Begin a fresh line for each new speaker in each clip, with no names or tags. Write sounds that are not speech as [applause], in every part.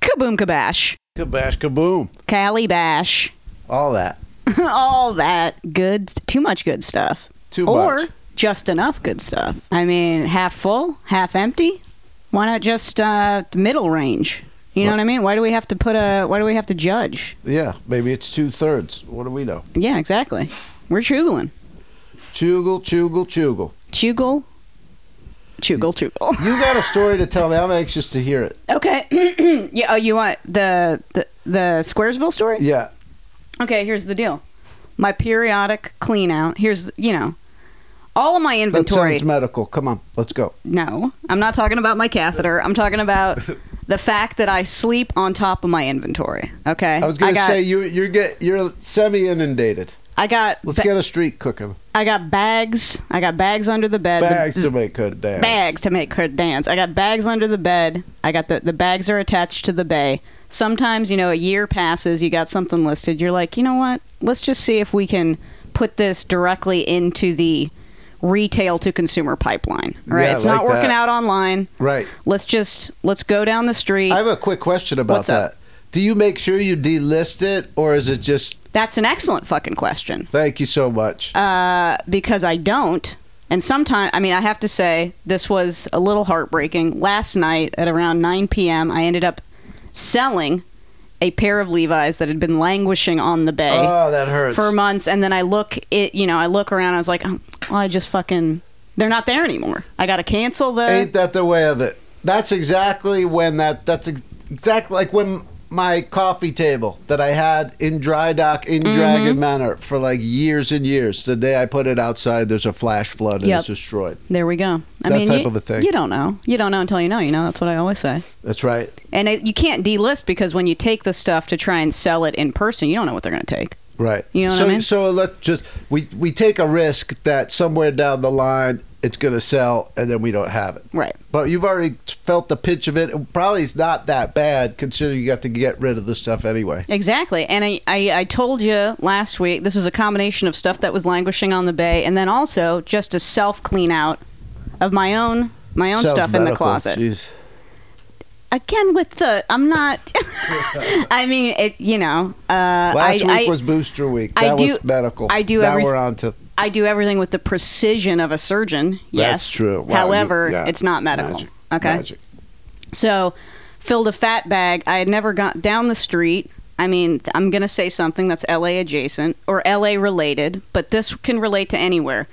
Kaboom Kabash.
Kabash kaboom.
Cali Bash. [laughs]
All that.
All that good, too much good stuff.
Too
or
much.
just enough good stuff. I mean, half full, half empty. Why not just uh, middle range? You know what I mean? Why do we have to put a? Why do we have to judge?
Yeah, maybe it's two thirds. What do we know?
Yeah, exactly. We're chugling.
Chugle, chugle, chugle.
Chugle. Chugle, chugle.
You got a story to tell me. I'm anxious to hear it.
[laughs] Okay. [clears throat] yeah, oh, you want the, the the Squaresville story?
Yeah.
Okay, here's the deal. My periodic clean out. Here's, you know, all of my
That
inventory.
sounds medical. Come on, let's go.
no, I'm not talking about my catheter. I'm talking
[laughs]
about the fact that I sleep on top of my inventory. Okay.
I was going to
got-
say you you're get you're semi inundated.
I got
Let's
ba-
get a street cooking.
I got bags. I got bags under the bed. The- Mm.
Bags to make her dance.
bags to make her dance. I got bags under the bed. I got the the bags are attached to the bay. Sometimes, you know, a year passes, you got something listed. You're like, "You know what? Let's just see if we can put this directly into the retail to consumer pipeline." Right?
Yeah,
it's not
like
working out
that.
online.
Right.
Let's just let's go down the street.
I have a quick question about
What's
that.
up?
Do you make sure you delist it, or is it just
That's an excellent fucking question.
thank you so much?
Uh, because I don't. And sometimes, I mean, I have to say, this was a little heartbreaking. Last night at around 9 p.m., I ended up selling a pair of Levi's that had been languishing on the bay
oh, that hurts.
for months. And then I look it, you know, I look around. I was like, oh, well, I just fucking, they're not there anymore. I got to cancel the.
Ain't that the way of it? That's exactly when that. That's ex- exactly like when my coffee table that I had in dry dock in
Mm-hmm.
Dragon Manor for like years and years. The day I put it outside, there's a flash flood and
Yep.
it's destroyed.
there we go. I
That
mean,
type
you,
of a thing.
you don't know. You don't know until you know. You know, that's what I always say.
That's right.
And it, you can't delist because when you take the stuff to try and sell it in person, you don't know what they're going to take.
Right.
You know what
so,
I mean?
So let's just we we take a risk that somewhere down the line it's going to sell and then we don't have it.
Right.
But you've already felt the pinch of it. It Probably it's not that bad considering you got to get rid of the stuff anyway.
Exactly. And I, I, I told you last week this was a combination of stuff that was languishing on the bay and then also just a self clean out of my own my own
Sounds
stuff in the
medical.
closet.
Jeez.
Again with the I'm not [laughs] I mean it you know, uh
Last
I,
week
I,
was booster week.
I
That
do-
was medical.
I do
Now
every-
we're on to
I do everything with the precision of a surgeon. yes.
That's true. Wow, you-
However,
yeah.
it's not medical.
Magic.
Okay.
Magic.
So, filled a fat bag. I had never got down the street. I mean, th- I'm going to say something that's LA adjacent or LA related, but this can relate to anywhere.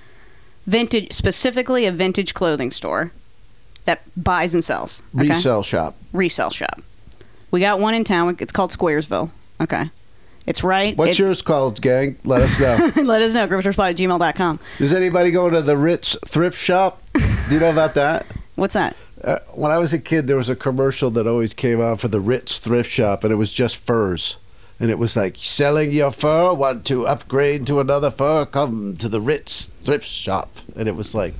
Vintage, specifically a vintage clothing store that buys and sells. Okay?
Resale shop.
Resale shop. We got one in town. It's called Squaresville. Okay. It's right.
What's
it-
yours called, gang? Let us
[laughs]
know.
Let us know. Grifterspot at gmail.com.
Does anybody go to the Ritz thrift shop? Do you know about that?
What's that?
Uh, when I was a kid, there was a commercial that always came on for the Ritz thrift shop, and it was just furs. And it was like, selling your fur, want to upgrade to another fur, come to the Ritz thrift shop. And it was like,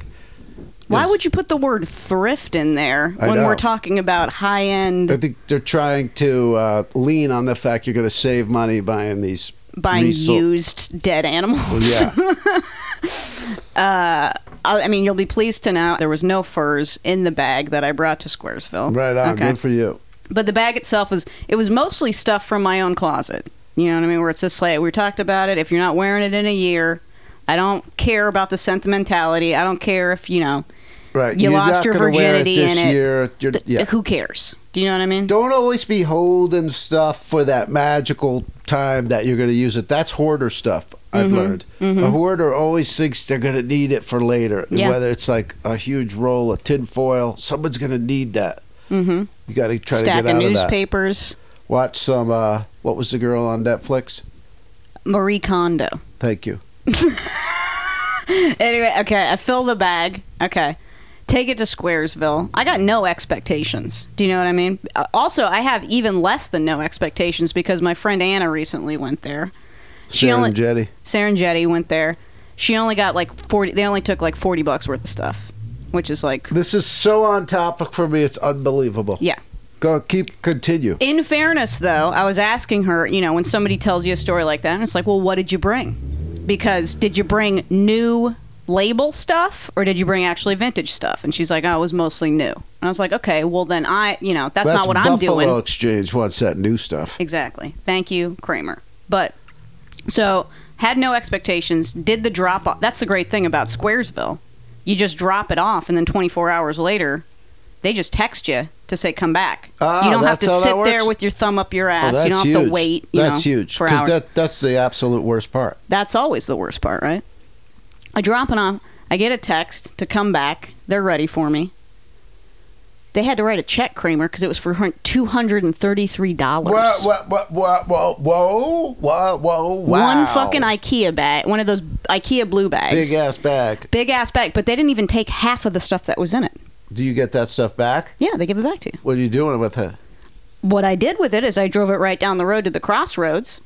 Why
Yes.
would you put the word thrift in there
I
when
know.
we're talking about high end?
I think they're trying to uh, lean on the fact you're going to save money buying these.
buying
resale-
used dead animals.
Yeah.
[laughs] I I mean, you'll be pleased to know there was no furs in the bag that I brought to Squaresville.
Right on.
Okay.
Good for you.
but the bag itself was it was mostly stuff from my own closet. You know what I mean? Where it's just like we talked about it. If you're not wearing it in a year, I don't care about the sentimentality. I don't care if you know
Right.
you
Uh, You're
lost
not
your
gonna wear
virginity
it this
in it.
year. You're,
Th-
yeah.
Who cares? Do you know what I mean?
Don't always be holding stuff for that magical time that you're going to use it. That's hoarder stuff. I've
Mm-hmm.
learned a hoarder always thinks they're going to need it for later.
Yeah.
Whether it's like a huge roll of tin foil, someone's going to need that.
mm-hmm.
You got to try to
Stack
get
of
out of that.
newspapers.
Watch some. Uh, what was the girl on Netflix?
Marie Kondo.
Thank you.
anyway, okay, I fill the bag. Okay. Take it to Squaresville. I got no expectations. Do you know what I mean? Uh, Also, I have even less than no expectations because my friend Anna recently went there. She
Sharon
only-
Jetty.
Serengeti went there. She only got like 40 they only took like 40 bucks worth of stuff, which is like
This is so on topic for me. It's unbelievable.
yeah.
Go keep continue.
In fairness, though, I was asking her, you know, when somebody tells you a story like that, and it's like, well, what did you bring? Because did you bring new label stuff or did you bring actually vintage stuff? And she's like, oh, it was mostly new. And I was like, okay, well, then I, you know, that's, not what
Buffalo
I'm doing.
Exchange wants that new stuff.
Exactly. Thank you, Kramer. But so had no expectations. Did the drop off? That's the great thing about Squaresville. You just drop it off, and then 24 hours later, they just text you to say come back.
Ah,
you don't have to
that's how that
sit there
works?
with your thumb up your
Oh,
ass.
that's
you don't have
huge.
to wait. You
that's
know,
huge.
For hours.
that, that's the absolute worst part.
That's always the worst part, right? I drop it off. I get a text to come back. They're ready for me. They had to write a check, Kramer, because it was for two hundred and thirty-three dollars.
whoa, whoa, whoa, whoa, whoa, whoa,
One fucking IKEA bag, one of those IKEA blue bags.
Big ass bag.
Big ass bag, but they didn't even take half of the stuff that was in it.
Do you get that stuff back?
Yeah, they give it back to you.
What are you doing with it?
What I did with it is I drove it right down the road to the crossroads,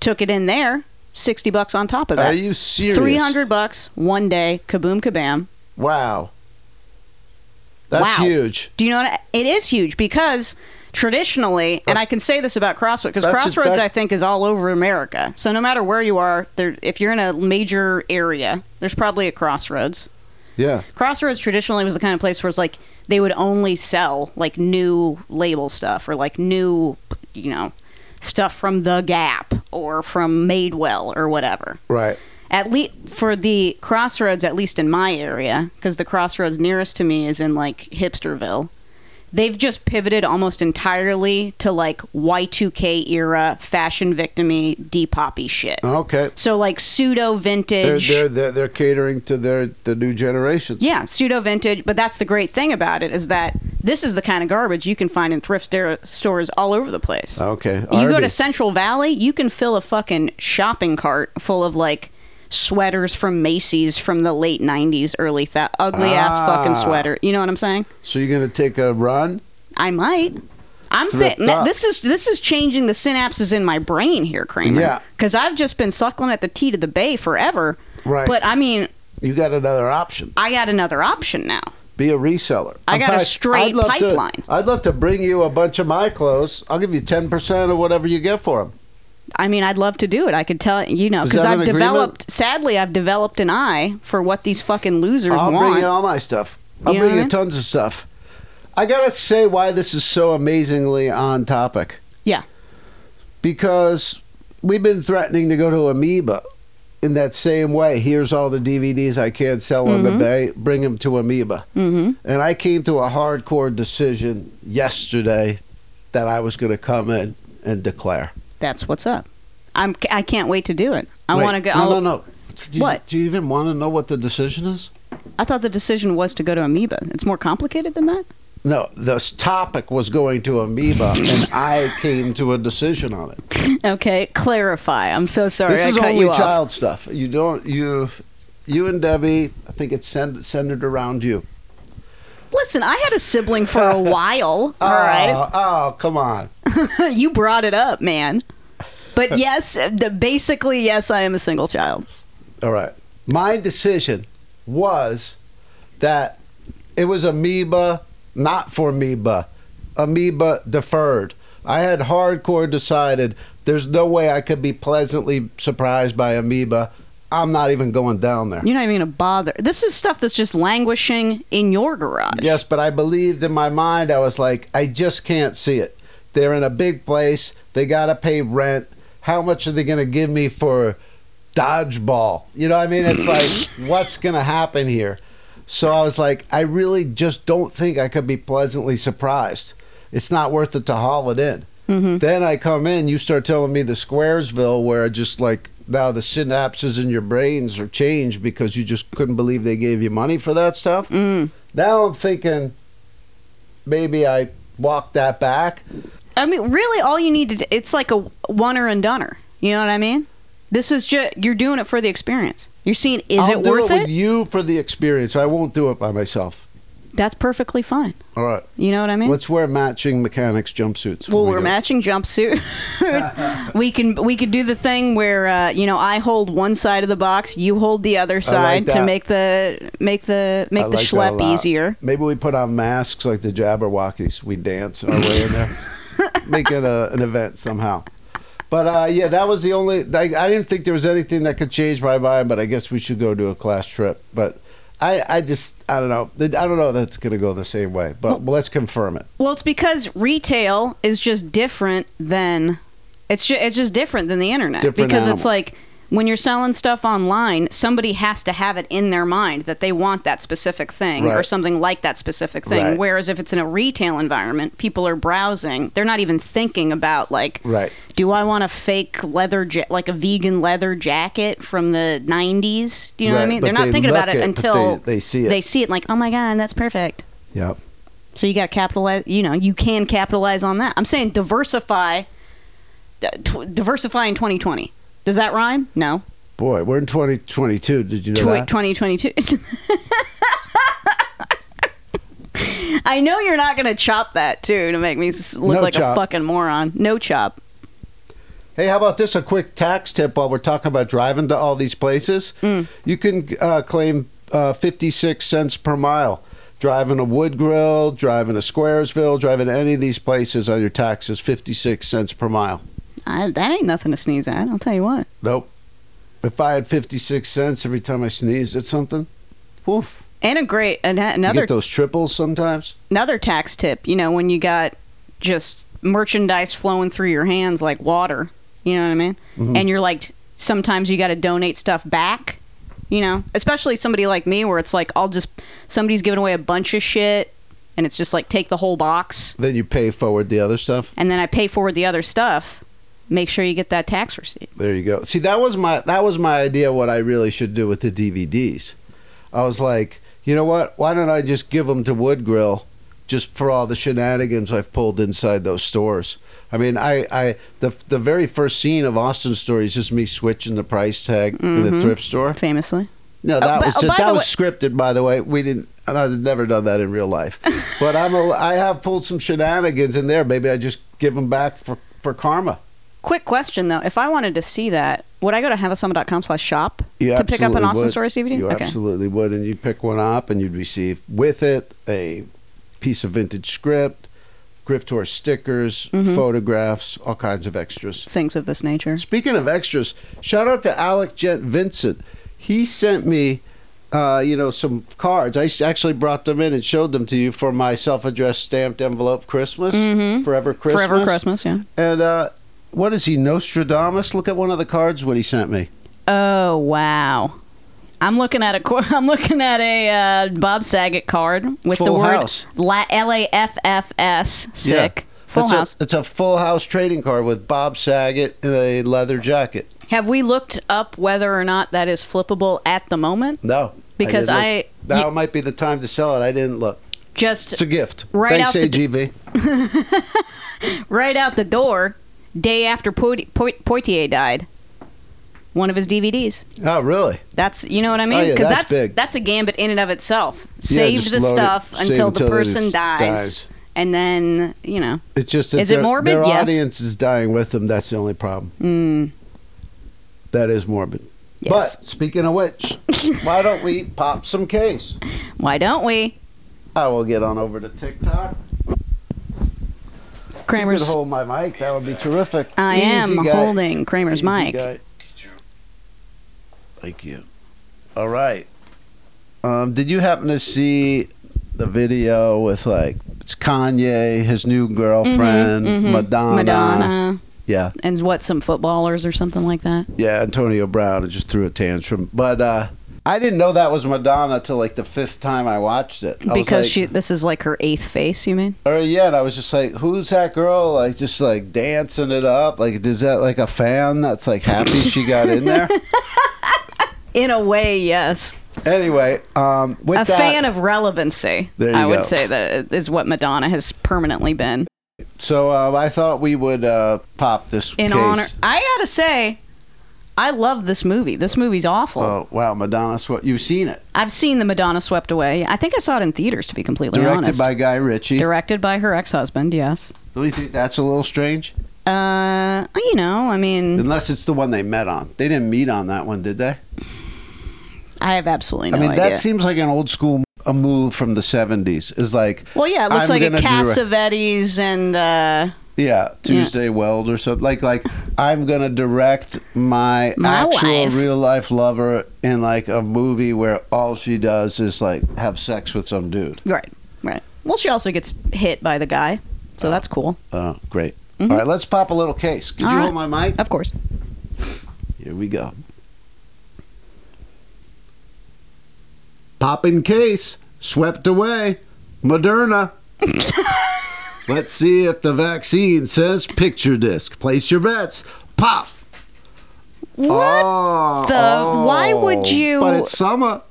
took it in there, 60 bucks on top of
Are
that.
you serious?
300 bucks one day, kaboom kabam.
Wow. That's
Wow.
huge.
Do you know what? I- it is huge because traditionally, and I can say this about Crossroads because
That's a-
Crossroads,
that-
I think, is all over America. So no matter where you are, there, if you're in a major area, there's probably a Crossroads.
Yeah.
Crossroads traditionally was the kind of place where it's like they would only sell like new label stuff or like new, you know, stuff from The Gap or from Madewell or whatever.
Right.
At least for the Crossroads, at least in my area, because the Crossroads nearest to me is in like Hipsterville. They've just pivoted almost entirely to like Y2K era fashion victimy depoppy shit.
Okay.
So like pseudo
They're,
vintage.
Oh. they're, they're, they're catering to their the new generations.
Yeah, pseudo vintage. But that's the great thing about it is that this is the kind of garbage you can find in thrift sta- stores all over the place.
Okay.
you go
Arby.
to Central Valley, you can fill a fucking shopping cart full of like sweaters from Macy's from the late '90s, early th- ugly ass
Ah.
fucking sweater. You know what I'm saying?
So you're gonna take a run?
I might. I'm thi-
Thrift up.
this is this is changing the synapses in my brain here, Kramer.
Yeah.
because I've just been suckling at the tea to the bay forever.
Right.
But I mean,
You got another option.
I got another option now.
Be a reseller.
I
In
got a straight
I'd love to-
pipeline.
I'd love to bring you a bunch of my clothes. I'll give you ten percent of whatever you get for them.
I mean, I'd love to do it. I could tell you know
Is
because
that an
I've
agreement?
developed. Sadly, I've developed an eye for what these fucking losers
I'll
want.
bring you all my stuff. I'll
You know
bring
what I
you
mean?
tons of stuff. I gotta say why this is so amazingly on topic.
Yeah.
Because we've been threatening to go to Amoeba in that same way. Here's all the DVDs I can't sell on the bay. Bring them to Amoeba.
Mm-hmm.
And I came to a hardcore decision yesterday that I was going to come in and declare.
That's what's up. I'm. I can't wait to do it. I
Wait,
want to go. oh,
No,
I'll-
no, no. Do you,
What?
Do you even want to know what the decision is?
I thought the decision was to go to Amoeba. It's more complicated than that.
No, this topic was going to Amoeba, and I came to a decision on
[laughs]
it.
okay, clarify. I'm so sorry.
this
I
is
cut
only
you off.
child stuff. You don't you. You and Debbie, I think it's cen- centered around you.
Listen, I had a sibling for
[laughs]
a while. all right,
Oh, oh, come on.
[laughs] you brought it up, man.
[laughs]
But yes, the, basically, yes, I am a single child.
All right. My decision was that it was amoeba, not for amoeba. Amoeba deferred. I had hardcore decided there's no way I could be pleasantly surprised by amoeba. I'm not even going down there.
You're not even gonna bother. This is stuff that's just languishing in your garage.
Yes, but I believed in my mind, I was like, I just can't see it. They're in a big place, they got to pay rent. How much are they going to give me for dodgeball? You know what I mean? It's
[coughs]
like, what's going to happen here? So I was like, I really just don't think I could be pleasantly surprised. It's not worth it to haul it in.
Mm-hmm.
Then I come in, you start telling me the Squaresville, where just like now the synapses in your brains are changed because you just couldn't believe they gave you money for that stuff.
Mm.
Now I'm thinking maybe I walk that back.
I mean, really, all you need to do, it's like a one or and doneer. You know what I mean? This is just you're doing it for the experience. You're seeing is
I'll
it
do
worth
it
it?
with you for the experience. I won't do it by myself.
That's perfectly fine.
All right.
You know what I mean?
Let's wear matching mechanics jumpsuits.
well,
when we
we're
go.
matching
[laughs]
jumpsuit. we can we could do the thing where uh, you know I hold one side of the box, you hold the other side to
that.
make the make the
I
make the
like that a
schlep
lot.
easier.
Maybe we put on masks like
[laughs]
the Jabberwockies. We dance our way in there. Make it a, an event somehow. But uh, yeah, that was the only. I, I didn't think there was anything that could change my mind, but I guess we should go do a class trip. But I, I just, I don't know. I don't know that's going to go the same way. But let's confirm it.
Well, it's because retail is just different than it's just, it's just different than the internet
Different
because it's
animal.
like when you're selling stuff online, somebody has to have it in their mind that they want that specific thing or
Right.
something like that specific thing.
Right.
Whereas if it's in a retail environment, people are browsing; they're not even thinking about like,
Right.
do I want a fake leather, ja- like a vegan leather jacket from the '90s? Do you know what I
Right,
mean?
but
They're not
they
thinking about
look
it,
it, but
until
they- they see it.
They see it like, oh my god, that's perfect.
Yep.
So you got to capitalize. You know, you can capitalize on that. I'm saying diversify. d- T- diversify in 2020. Does that rhyme? No.
Boy, we're in 2022. Did you know
Tw-
that?
2022. [laughs] I know you're not going to chop that too to make me s- look
No
like
chop.
a fucking moron. No chop.
Hey, how about this? A quick tax tip while we're talking about driving to all these places. You can uh, claim uh, 56 cents per mile driving to Wood Grill, driving to Squaresville, driving to any of these places on your taxes, 56 cents per mile.
I, that ain't nothing to sneeze at. I'll tell you what.
Nope. If I had 56 cents every time I sneezed at something, woof.
And a great an,
You
another
get those triples sometimes.
another tax tip. You know when you got just merchandise flowing through your hands like water. You know what I mean? And you're like, sometimes you got to donate stuff back. You know, especially somebody like me where it's like I'll just somebody's giving away a bunch of shit, and it's just like take the whole box,
Then you pay forward the other stuff.
and then I pay forward the other stuff. Make sure you get that tax receipt.
There you go. See, that was my that was my idea. What I really should do with the DVDs, I was like, you know what? Why don't I just give them to Wood Grill, just for all the shenanigans I've pulled inside those stores. I mean, I, I the the very first scene of Austin Story is just me switching the price tag in a thrift store.
Famously,
No, that
but-
was
Mm-hmm. oh,
just,
by
that
the
was scripted, by the way. We didn't. and I've never done that in real life,
[laughs]
but I'm a, I have pulled some shenanigans in there. Maybe I just give them back for for karma.
quick question though: If I wanted to see that, would I go to haveasama.com slash shop
You
to pick up an
absolutely
Austin
would.
Stories DVD?
You absolutely would, and you'd pick one up, and you'd receive with it a piece of vintage script, Grift Horse stickers,
Mm-hmm.
photographs, all kinds of extras.
Things of this nature.
Speaking of extras, shout out to Alec Jet Vincent. He sent me, uh, you know, some cards. I s- actually brought them in and showed them to you for my self-addressed stamped envelope Christmas, Forever Christmas,
Mm-hmm. Forever Christmas, yeah.
And uh, what is he, Nostradamus? Look at one of the cards. What he sent me.
Oh wow! I'm looking at a cor- [laughs] I'm looking at a uh, Bob Saget card with the
Full
word
house.
La- L A F F S sick. Full
That's a-
house.
it's a full house trading card with Bob Saget in a leather jacket.
Have we looked up whether or not that is flippable at the moment?
No.
Because
didn't
I-
look. now might be the time to sell it. I didn't look.
Just
It's a gift.
Right
Thanks,
out the-
AGV.
right out the door, day after Poit- Poit- Poitier died. One of his DVDs.
oh, really?
That's you know what I mean?
Oh, yeah, that's
that's
big.
that's a gambit in and of itself.
Yeah,
Save
just
the
load it.
stuff
Save
until the
until it
person
is-
dies,
dies.
and then you know.
It's just that
Is it
their-
morbid?
Their
Yes.
audience is dying with them. That's the only problem. That is morbid.
mm, Yes.
But speaking of
[laughs]
which, why don't we pop some case?
Why don't we?
I will get on over to TikTok. You could
Kramer's
hold my mic. That would be terrific.
I
Easy
am
guy.
holding Kramer's
Easy
mic.
guy. Thank you. All right. Um, did you happen to see the video with like it's Kanye, his new girlfriend,
Mhm.
Madonna?
Madonna,
Yeah,
and what some footballers or something like that.
yeah. Antonio Brown and just threw a tantrum, but uh, I didn't know that was Madonna till like the fifth time I watched it. I was
Because
like,
she, this is like her eighth face. You mean?
Or yeah, and I was just like, "Who's that girl?" Like just like dancing it up. Like, is that like a fan that's like happy she got
[laughs]
in there?
In a way, yes.
Anyway, um, with
a
that,
fan of relevancy.
There you
I
go.
would say that is what Madonna has permanently been.
so uh, I thought we would uh, pop this
In
case.
honor, I gotta say, I love this movie. This movie's awful.
Oh wow, Madonna! Swe- You've seen it,
I've seen the Madonna swept away. I think I saw it in theaters. To be completely
directed
honest,
by Guy Ritchie.
directed by her ex-husband. Yes.
Don't you think that's a little strange?
Mm-hmm. Uh, you know, I mean,
Unless it's the one they met on. They didn't meet on that one, did they?
I have absolutely no
I mean,
idea.
that seems like an old school a move from the '70s. Is like,
Well, yeah, it looks
I'm
like a
gonna direct-
Cassavetes and uh,
Yeah, Tuesday Weld or something. Like like I'm gonna direct my,
My
actual
wife.
real life lover in like a movie where all she does is like have sex with some dude.
Right, right. Well, she also gets hit by the guy, so that's cool.
Oh, great. All right, let's pop a little case. Could
Mm-hmm. All
you
right.
hold my mic?
Of course.
Here we go. Pop in case, swept away,
[laughs]
Moderna. Let's see if the vaccine says picture disc. Place your bets. Pop.
What
Oh,
the- why would you-
But it's summer.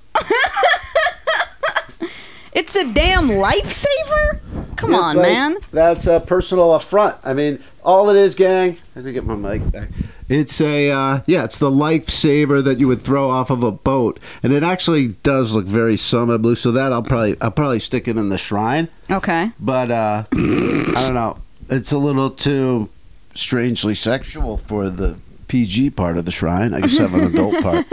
It's a damn lifesaver? Come on,
It's like-
man.
That's a personal affront. I mean, all it is, gang. I could get my mic back. It's a uh, yeah, it's the lifesaver that you would throw off of a boat, and it actually does look very summer blue. So that I'll probably I'll probably stick it in the shrine,
Okay.
but uh, I don't know. It's a little too strangely sexual for the PG part of the shrine. I guess I have an
[laughs]
adult part.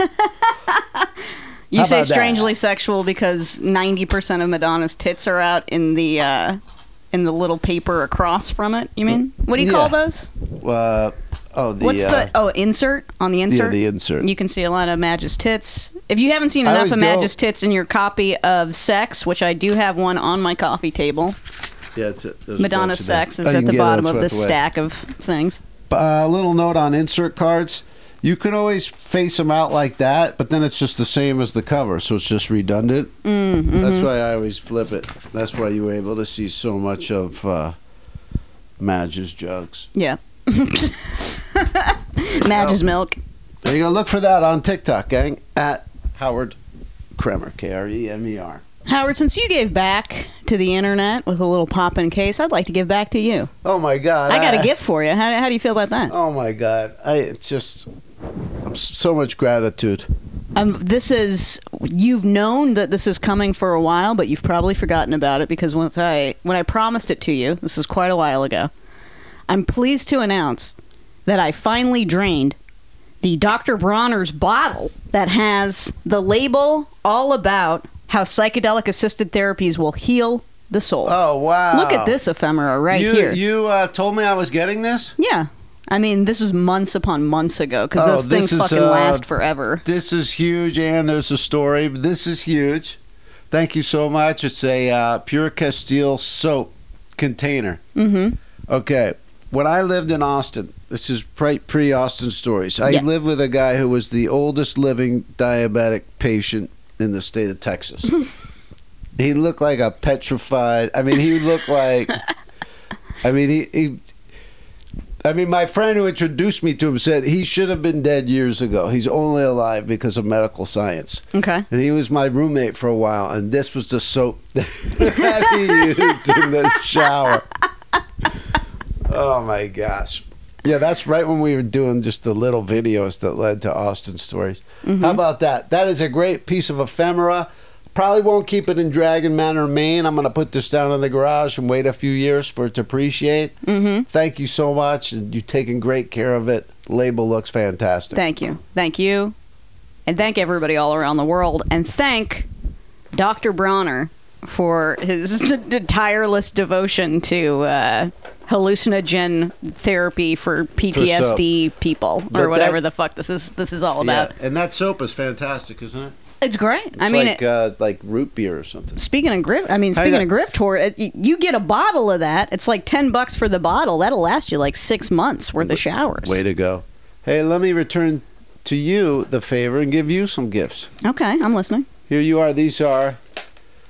You
How
say
about that?
strangely sexual because 90% of Madonna's tits are out in the uh, in the little paper across from it, you mean? What do you call
Yeah.
those?
Uh, oh, the
What's
uh,
the Oh, insert on the
yeah,
insert.
the insert.
You can see a lot of Madge's tits. If you haven't seen
I
enough of
always go-
Madge's tits in your copy of Sex, which I do have one on my coffee table,
yeah, it's it. There's a
Madonna
bunch of them.
Sex is
Oh, you
at
can
the
get it.
bottom
It's
of
swept
this
away.
stack of things.
uh, a little note on insert cards. You can always face them out like that, but then it's just the same as the cover, so it's just redundant.
Mm-hmm.
That's why I always flip it. That's why you were able to see so much of uh, Madge's jokes. [laughs]
Yeah. Madge's milk.
There you go. Look for that on TikTok, gang, at Howard Kremer, K R E M E R.
Howard, since you gave back to the internet with a little pop in case, I'd like to give back to you.
Oh my God!
I got a gift for you. How, how do you feel about that?
Oh my God! I it's just I'm s- so much gratitude.
Um, this is you've known that this is coming for a while, but you've probably forgotten about it because once I when I promised it to you, this was quite a while ago. I'm pleased to announce that I finally drained the Dr. Bronner's bottle that has the label all about how psychedelic assisted therapies will heal the soul.
Oh wow!
Look at this ephemera right
you,
here.
You uh, told me I was getting this.
Yeah. I mean, this was months upon months ago because
Oh,
those
this
things
is,
fucking
uh,
last forever.
This is huge, and there's a story. This is huge. Thank you so much. It's a uh, pure Castile soap container.
Mm-hmm.
Okay. When I lived in Austin, this is pre pre Austin stories. I
Yeah.
lived with a guy who was the oldest living diabetic patient in the state of Texas. he looked like a petrified. I mean, he looked like. I mean, he. he I mean, my friend who introduced me to him said he should have been dead years ago. He's only alive because of medical science.
Okay.
And he was my roommate for a while, and this was the soap [laughs] that he used in the shower. Oh my gosh. Yeah, that's right when we were doing just the little videos that led to Austin stories. How about that? That is a great piece of ephemera. Probably won't keep it in Dragon Manor, Maine. I'm going to put this down in the garage and wait a few years for it to appreciate. Mm-hmm. Thank you so much. and You've taken great care of it. Label looks fantastic.
Thank you. Thank you. And thank everybody all around the world. And thank Dr. Bronner for his [laughs] tireless devotion to uh, hallucinogen therapy for PTSD people or
But that-
whatever the fuck this is this is all about.
Yeah, and that soap is fantastic, isn't it?
It's great. I
It's
mean,
like
it,
uh, like root beer or something.
speaking of grift, I mean,
How you
speaking
got-
of grift tour, it, you, you get a bottle of that. It's like ten bucks for the bottle. That'll last you like six months worth of showers.
Way to go! Hey, let me return to you the favor and give you some gifts.
Okay, I'm listening.
Here you are. These are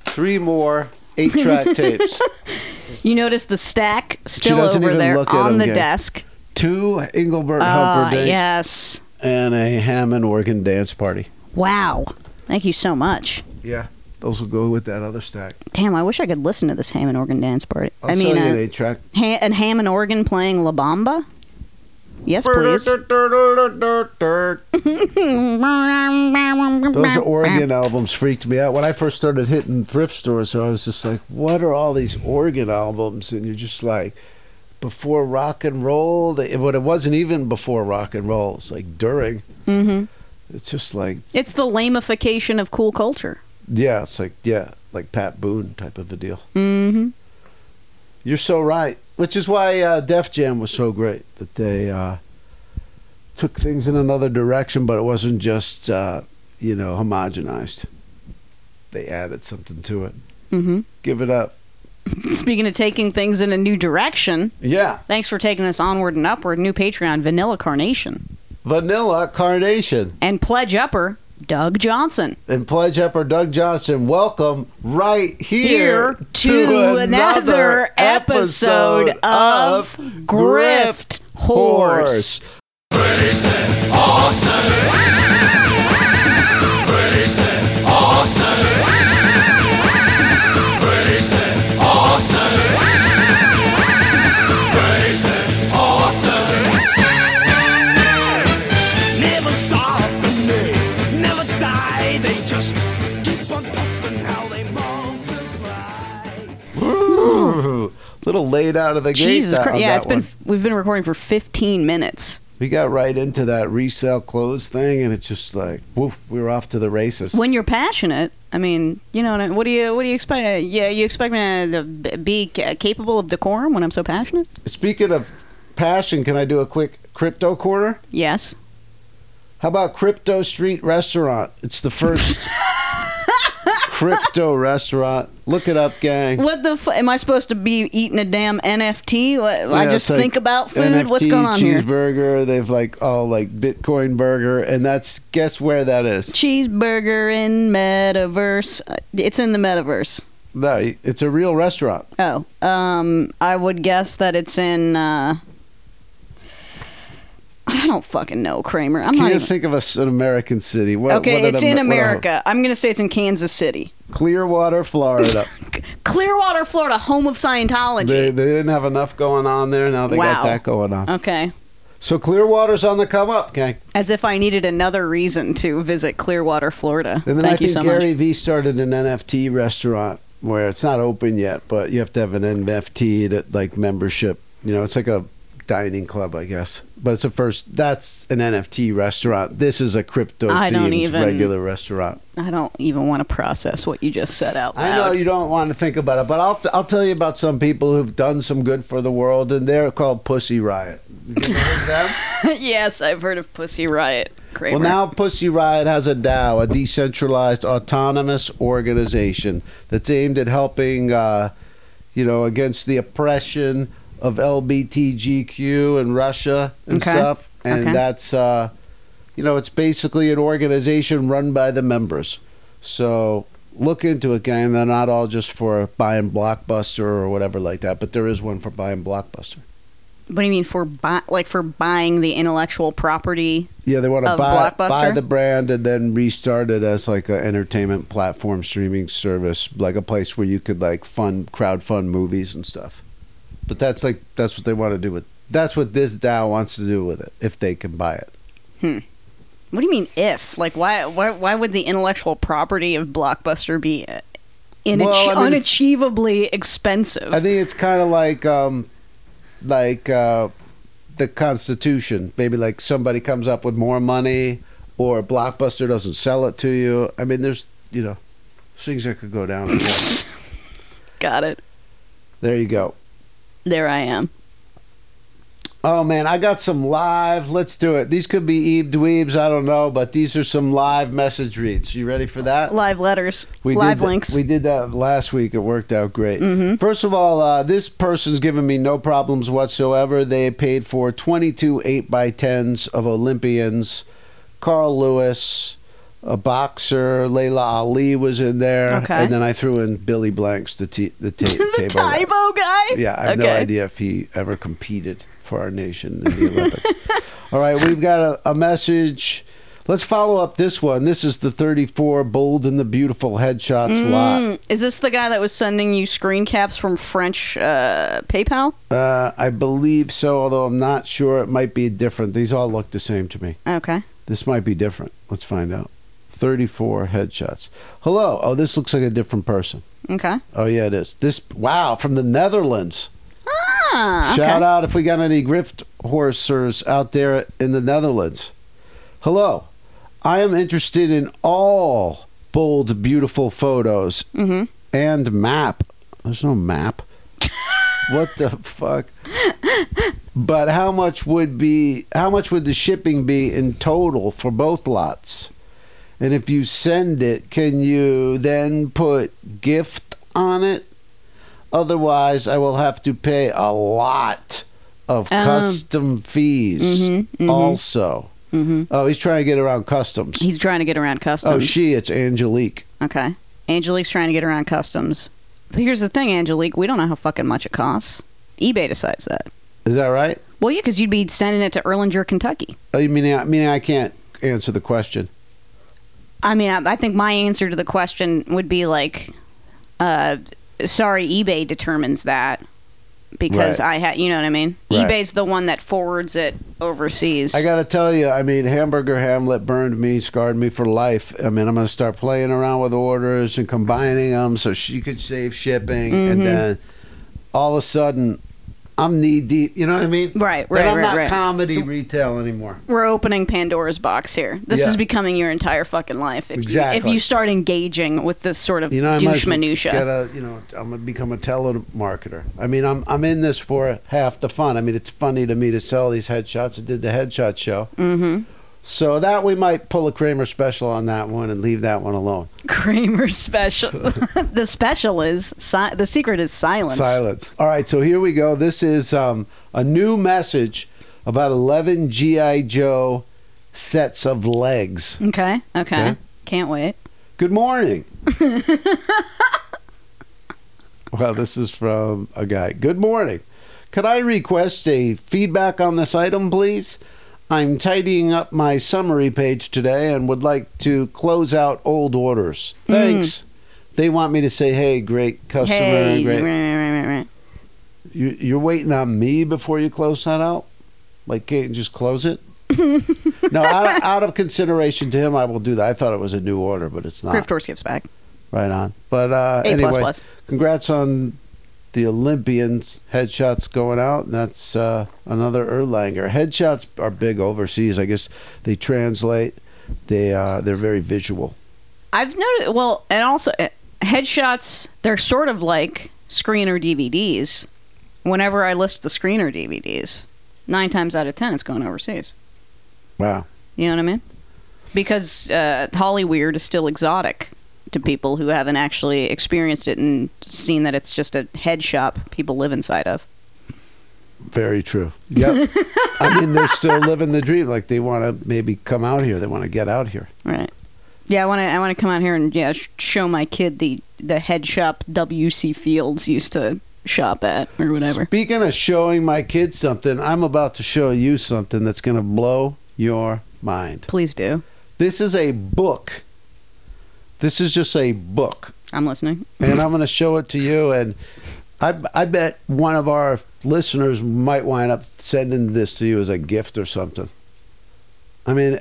three more
[laughs]
eight-track tapes.
You notice the stack still
doesn't
over
even
there
look at
on
him,
the
gang.
desk.
Two Engelbert
Ah,
Humperdinck
yes.
and a Hammond organ dance party.
Wow. Thank you so much.
Yeah, those will go with that other stack.
Damn, I wish I could listen to this Hammond organ dance party.
I'll
I mean,
sell you an
uh,
eight-track.
ha- and Hammond organ playing La Bamba. Yes, [laughs] please.
Those
Those
organ albums freaked me out. When I first started hitting thrift stores, I was just like, what are all these organ albums? And you're just like, before rock and roll, they- but it wasn't even before rock and roll. It's like during.
hmm
It's just like,
It's the lamification of cool culture. Mm-hmm.
yeah, it's like, yeah, like Pat Boone type of a deal.
hmm
You're so right. Which is why uh, Def Jam was so great that they uh, took things in another direction, but it wasn't just uh, you know homogenized. They added something to it.
hmm
Give it up.
[laughs] Speaking of taking things in a new direction,
Yeah,
thanks for taking us onward and upward. New Patreon, Vanilla Carnation.
Vanilla Carnation.
And Pledge Upper, Doug Johnson.
and Pledge Upper Doug Johnson, welcome right here,
Here to another episode of Grift Horse.
[laughs] Never stop and they never die. They just keep on popping how they multiply.
Ooh, [laughs] little laid out of the gate.
Jesus
on
Christ! Yeah,
that
it's been
one.
we've been recording for 15 minutes.
We got right into that resale clothes thing, and it's just like, woof, we were off to the races.
When you're passionate, I mean, you know what, I- what do you what do you expect? uh, Yeah, you expect me to b- be ca- capable of decorum when I'm so passionate?
Speaking of passion, can I do a quick crypto quarter?
Yes.
How about Crypto Street Restaurant? It's
[laughs]
the first crypto restaurant. Look it up, gang.
What the f- am I supposed to be eating a damn NFT? What, I
Yeah,
just
it's like
think about food. What's
NFT
going on here?
Cheeseburger. They've like all like Bitcoin burger, and that's guess where that is.
Cheeseburger in metaverse. Uh, It's in the metaverse.
No, it's a real restaurant.
Oh, um, I would guess that it's in. Uh, I don't fucking know, Kramer. I'm
Can't
not. Even,
think of us an American city. What,
okay,
what an
it's in
Am- what a-
America. I'm gonna say it's in Kansas City,
Clearwater, Florida.
Clearwater, Florida, home of Scientology.
they, they didn't have enough going on there. Now they
Wow. Oh.
got that going on.
okay,
So Clearwater's on the come up, gang.
as if I needed another reason to visit Clearwater, Florida.
And then
Thank
I
you
think
so
Gary
much.
Vee started an NFT restaurant where it's not open yet, but you have to have an NFT to, like membership. You know, it's like a dining club, I guess. But it's a first. That's an NFT restaurant. This is a crypto
I don't
themed
even-
regular restaurant.
I don't even want to process what you just said out
I
loud.
know you don't want to think about it, but I'll I'll tell you about some people who've done some good for the world, and they're called Pussy Riot. You heard of them?
[laughs] yes, I've heard of Pussy Riot, Kramer.
Well, now Pussy Riot has a DAO, a decentralized autonomous organization that's aimed at helping, uh, you know, against the oppression of LBTGQ and Russia and
Okay.
stuff. And
Okay.
that's, uh, you know, it's basically an organization run by the members. So look into it, gang. They're not all just for buying Blockbuster or whatever like that, but there is one for buying Blockbuster.
what do you mean for buy, like for buying the intellectual property?
Yeah, they want to
of
buy
Blockbuster?
buy the brand and then restart it as like an entertainment platform streaming service, like a place where you could like fund crowdfund movies and stuff. But that's like that's what they want to do with that's what this DAO wants to do with it if they can buy it.
What do you mean if? Like, why? Why, why would the intellectual property of Blockbuster be uh, inach-
Well, I mean, it's-
unachievably expensive?
I think it's kind of like um like uh the Constitution. Maybe like somebody comes up with more money or Blockbuster doesn't sell it to you. I mean, there's you know things that could go down. [coughs] I guess.
Got it.
there you go.
There I am.
Oh man, I got some live. Let's do it. These could be Eve Dweebs, I don't know, but these are some live message reads. You ready for that?
Live letters.
did
live
tha-
links.
We did that last week. It worked out great.
Mhm.
First of all, uh, this person's given me no problems whatsoever. They paid for 22 8 by 10s of Olympians, Carl Lewis, a boxer, Layla Ali was in there,
Okay.
and then I threw in Billy Blanks, the t- the,
[laughs]
ta-
the
table.
Tybo guy.
[laughs] Yeah, I have no idea if he ever competed for our nation in the Olympics. [laughs] All right, we've got a, a message. Let's follow up this one. This is the 34 Bold and the Beautiful headshots lot.
Mm, is this the guy that was sending you screen caps from French uh, PayPal?
Uh, I believe so, although I'm not sure. It might be different. These all look the same to me.
Okay.
This might be different. Let's find out. 34 headshots. Hello. Oh, this looks like a different person.
Okay.
Oh, yeah, it is. This, wow, from the Netherlands.
Ah, okay.
Shout out if we got any grift horsers out there in the Netherlands. Hello. I am interested in all bold, beautiful photos
Mhm. [laughs]
and map. There's no map. What the fuck? But how much would be how much would the shipping be in total for both lots? And if you send it, can you then put gift on it? Otherwise, I will have to pay a lot of
Oh.
custom fees
Mhm, mhm.
also. Oh, he's trying to get around customs.
Mm-hmm. He's trying to get around customs.
Oh, she, it's Angelique.
Okay. Angelique's trying to get around customs. But here's the thing, Angelique, we don't know how fucking much it costs. eBay decides that.
Is that right?
Well, yeah, because you'd be sending it to Erlanger, Kentucky.
Oh, you mean I, meaning I can't answer the question?
I mean, I, I think my answer to the question would be like, uh, sorry, eBay determines that because I had, you know what I mean?
Right.
eBay's the one that forwards it overseas.
I gotta tell you, I mean, Hamburger Hamlet burned me, scarred me for life. I mean, I'm gonna start playing around with orders and combining them so she could save shipping,
Mm-hmm.
and then all of a sudden, I'm knee deep. You know what I mean?
Right,
And
right,
I'm
right,
not
right.
comedy retail anymore.
We're opening Pandora's box here. This
Yeah.
is becoming your entire fucking life if, you,
Exactly.
if you start engaging with this sort of
You know, I might
douche
as well
minutia.
Get a, you know, I'm gonna become a telemarketer. I mean, I'm I'm in this for half the fun. I mean, it's funny to me to sell these headshots. I did the headshot show,
mm-hmm.
so that we might pull a Kramer special on that one and leave that one alone.
[laughs] Kramer special. [laughs] the special is si- the secret is silence.
Silence. All right, so here we go. This is um, a new message about 11 G.I. Joe sets of legs.
Okay. Okay.
Yeah.
Can't wait.
Good morning. well, this is from a guy. Good morning. Could I request a feedback on this item, please? I'm tidying up my summary page today and would like to close out old orders. Thanks. They want me to say, hey, great customer,
hey.
great.
right, right, right, right.
You, you're waiting on me before you close that out? Like, can't you just close it? no, out of, out of consideration to him, I will do that. I thought it was a new order, but it's not.
Grift horse gives back.
Right on. But uh,
A plus
anyway,
plus.
congrats on the Olympians headshots going out. And that's uh, another Erlanger. Headshots are big overseas. I guess they translate. They uh, they're very visual.
I've noticed. Well, and also uh, headshots. They're sort of like screener DVDs. Whenever I list the screener DVDs, nine times out of ten, it's going overseas.
Wow.
You know what I mean? Because uh, Holly Weird is still exotic to people who haven't actually experienced it and seen that it's just a head shop people live inside of.
Very true. [laughs] Yep. I mean, they're still living the dream. Like they want to maybe come out here. They want to get out here.
Right. Yeah, I want to. I want to come out here and yeah, sh- show my kid the the head shop W.C. Fields used to shop at or whatever.
Speaking of showing my kids something, I'm about to show you something that's going to blow your mind.
Please do.
This is a book. This is just a book.
I'm listening.
[clears throat] and I'm going to show it to you. And I, I bet one of our listeners might wind up sending this to you as a gift or something. I mean,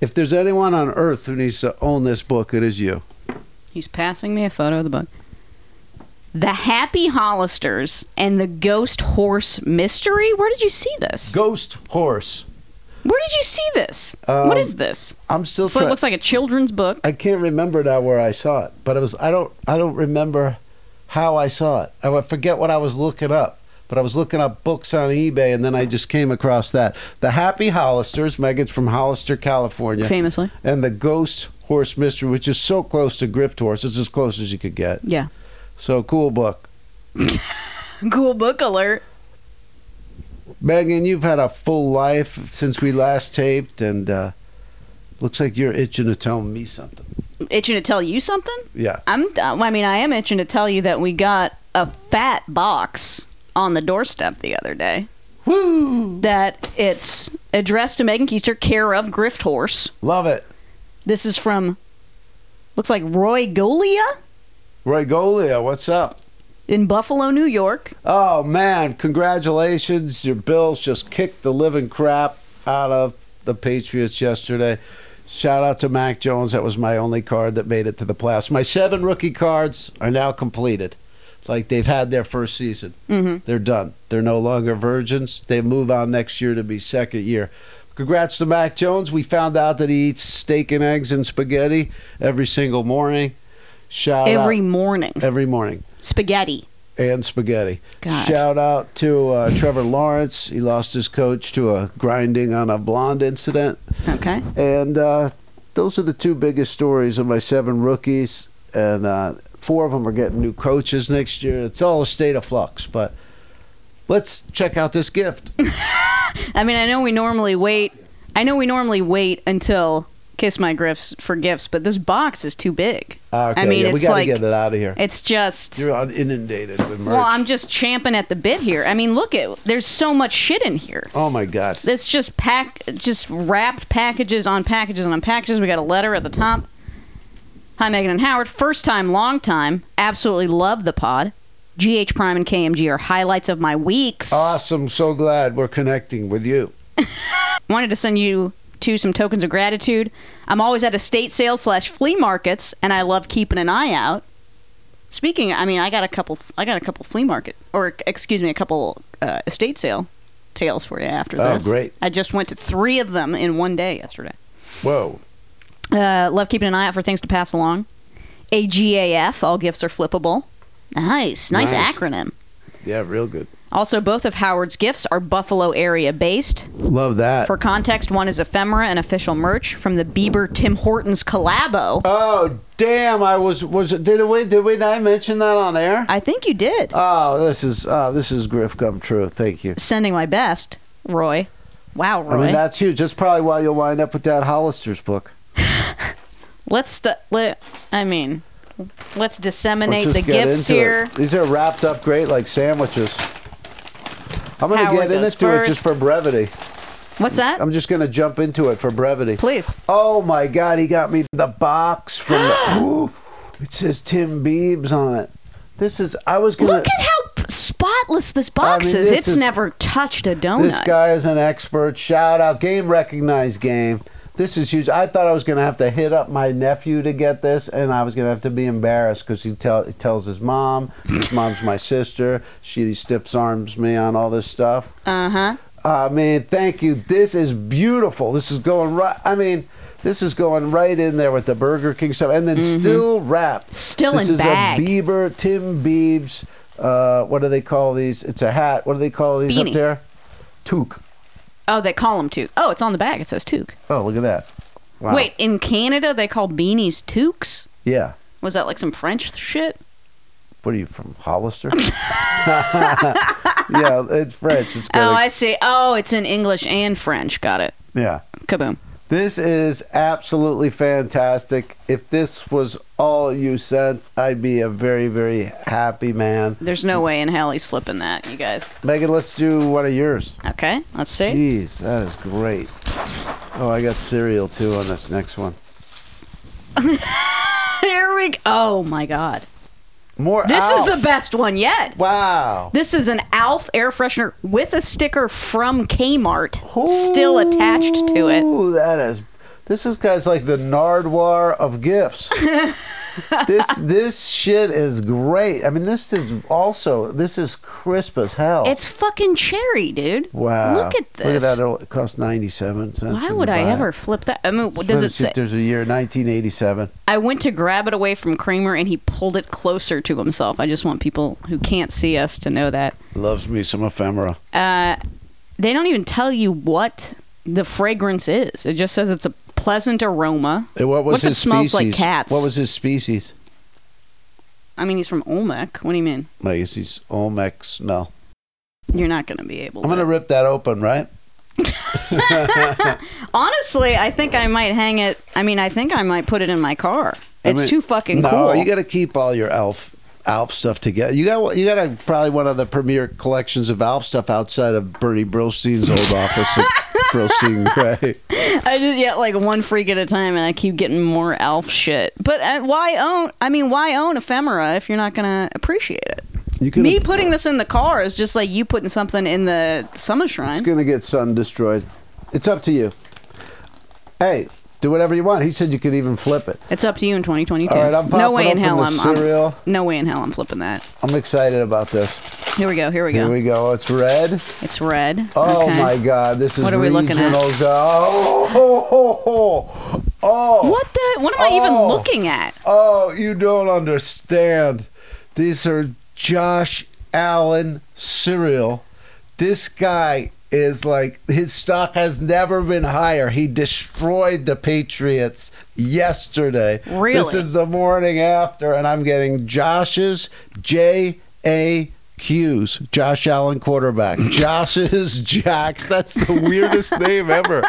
if there's anyone on earth who needs to own this book, it is you.
He's passing me a photo of the book. The Happy Hollisters and the Ghost Horse Mystery. Where did you see this?
Ghost Horse.
Where did you see this?
Um,
what is this?
I'm still
So it
trying.
looks like a children's book.
I can't remember now where I saw it, but it was I don't I don't remember how I saw it. I would forget what I was looking up, but I was looking up books on eBay, and then I just came across that the Happy Hollisters. Megan's from Hollister, California,
Famously.
and the Ghost Horse Mystery, which is so close to Grift Horse. It's as close as you could get.
Yeah.
So cool book,
Cool book alert.
Megan. You've had a full life since we last taped, and uh, looks like you're itching to tell me something.
Itching to tell you something?
Yeah,
I'm. uh, I mean, I am itching to tell you that we got a fat box on the doorstep the other day.
woo,
That it's addressed to Megan Keister, care of Grift Horse.
love it,
This is from. Looks like Roy Golia
Roy Golia. What's up?
in Buffalo, New York.
Oh man, congratulations. Your Bills just kicked the living crap out of the Patriots yesterday. Shout out to Mac Jones. That was my only card that made it to the playoffs. My seven rookie cards are now completed. Like they've had their first season.
Mhm.
They're done. They're no longer virgins. They move on next year to be second year. Congrats to Mac Jones. We found out that he eats steak and eggs and spaghetti every single morning. Shout
Every
out
morning,
every morning.
spaghetti.
and spaghetti.
God.
Shout out to uh, Trevor Lawrence. He lost his coach to a grinding on a blonde incident.
Okay.
And uh, those are the two biggest stories of my seven rookies. And uh, four of them are getting new coaches next year. It's all a state of flux, but let's check out this gift.
I mean, I know we normally wait. I know we normally wait until Kiss My Griffs for gifts, but this box is too big.
Ah, Okay,
I mean,
yeah, we
it's
gotta
like
get it out of here.
it's just.
You're on- inundated with merch.
Well, I'm just champing at the bit here. I mean, look at there's so much shit in here.
oh my God.
It's just pack, just wrapped packages on packages on packages. We got a letter at the top. Hi, Megan and Howard. First time, long time. Absolutely love the pod. GH Prime and KMG are highlights of my weeks.
Awesome. So glad we're connecting with you.
wanted to send you two some tokens of gratitude. I'm always at estate sales slash flea markets, and I love keeping an eye out. Speaking, I mean, I got a couple, I got a couple flea market, or excuse me, a couple uh, estate sale tales for you after
Oh,
this.
great.
I just went to three of them in one day yesterday.
Whoa.
Uh, love keeping an eye out for things to pass along. AGAF, all gifts are flippable. nice,
Nice.
nice. acronym.
Yeah, real good.
Also, both of Howard's gifts are Buffalo area based.
Love that.
For context, one is ephemera and official merch from the Bieber Tim Hortons collabo.
oh, damn! I was was it- did we did we not mention that on air?
I think you did.
oh, this is oh, this is Griff come true. Thank you.
Sending my best, Roy. Wow, Roy.
I mean, that's huge. That's probably why you'll wind up with that Hollister's book.
let's st- let. I mean, let's
Let's
disseminate
just
the
get
gifts
into
here.
It. These are wrapped up great like sandwiches. I'm gonna
Howard
get into
goes
it just
first.
for brevity.
What's that?
I'm just gonna jump into it for brevity.
Please.
Oh my God, he got me the box
[gasps]
from the. Ooh, it says Tim Beebs on it. This is. I was gonna.
Look at how p- spotless this box
I mean,
is.
this
It's
is-
never touched a donut.
This guy is an expert. Shout out. Game recognized game. This is huge. I thought I was going to have to hit up my nephew to get this, and I was going to have to be embarrassed because he, tell, he tells his mom. His mom's my sister. She stiffs arms me on all this stuff.
Uh huh.
I mean, thank you. This is beautiful. This is going right. I mean, this is going right in there with the Burger King stuff, and then still wrapped.
Mm-hmm. Still
this
in
is
bag.
a Bieber, Tim Biebs. Uh, what do they call these? It's a hat. What do they call these up
Beanie.
there? Toque.
Oh, they call them toque. Oh, it's on the back. It says toque.
Oh, look at that. Wow.
Wait, in Canada they call beanies toques?
Yeah.
Was that like some French shit?
What are you from
[laughs]
Hollister? [laughs] yeah, it's French. It's good.
Oh, I see. Oh, it's in English and French. Got it.
yeah.
Kaboom.
This is absolutely fantastic. If this was all you sent, I'd be a very, very happy man.
There's no way in hell he's flipping that, you guys.
Megan, let's do one of yours.
Okay, let's [laughs] see.
Jeez, that is great. Oh, I got cereal too on this next one.
Here we go. Oh my god.
More.
This
Alf.
is the best one yet.
Wow.
This is an ALF air freshener with a sticker from Kmart still attached to it.
Ooh, that is. This is guys like the Nardwar
[laughs]
of gifts. this this shit is great. I mean, this is also this is crisp as hell.
It's fucking cherry, dude.
wow.
Look at
Look at
this.
that. It'll- It costs ninety seven cents.
Why
when
would
you
I
buy it.
ever flip that? I mean, what does
Let's
it
see
say?
if There's a year 1987.
I went to grab it away from Kramer and he pulled it closer to himself. I just want people who can't see us to know that.
Loves me some ephemera.
Uh, they don't even tell you what the fragrance is. It just says it's a pleasant aroma.
And what was
What if Uh, it
his
smells like
species?
cats?
What was his species?
I mean, he's from Olmec. What do you mean?
I guess he's Olmec smell.
You're not going to be able.
I'm gonna
to.
rip that open, right?
Honestly, I think I might hang it. I mean, I think I might put it in my car.
I
It's
mean-
too fucking
no,
cool.
you got to keep all your Alf Alf stuff together. You got you got to probably one of the premier collections of Alf stuff outside of Bernie Brillstein's old office.
[laughs]
Of Brillstein Gray.
I just get like one freak at a time, and I keep getting more elf shit. But uh, why own? I mean, why own ephemera if you're not gonna appreciate it?
You could.
Me putting this in the car is just like you putting something in the summer shrine.
It's gonna get sun destroyed. It's up to you. Hey, do whatever you want. He said you could even flip it.
It's up to you in 2022.
All right, I'm
no
popping
way in
open
hell
the
I'm, I'm-
cereal.
no way in hell I'm flipping that.
I'm excited about this.
Here we go. Here we go.
Here we go. Oh, It's red.
It's red.
Oh
okay.
my God! This is
What are we
regional.
looking at?
Oh, ho, ho, ho. oh,
What the? What am I
Oh.
even looking at?
Oh, you don't understand. These are Josh Allen cereal. This guy is like his stock has never been higher. He destroyed the Patriots yesterday. This
Really?
is the morning after, and I'm getting Josh's J A Q's Josh Allen quarterback. Josh's Jacks. That's the weirdest name ever.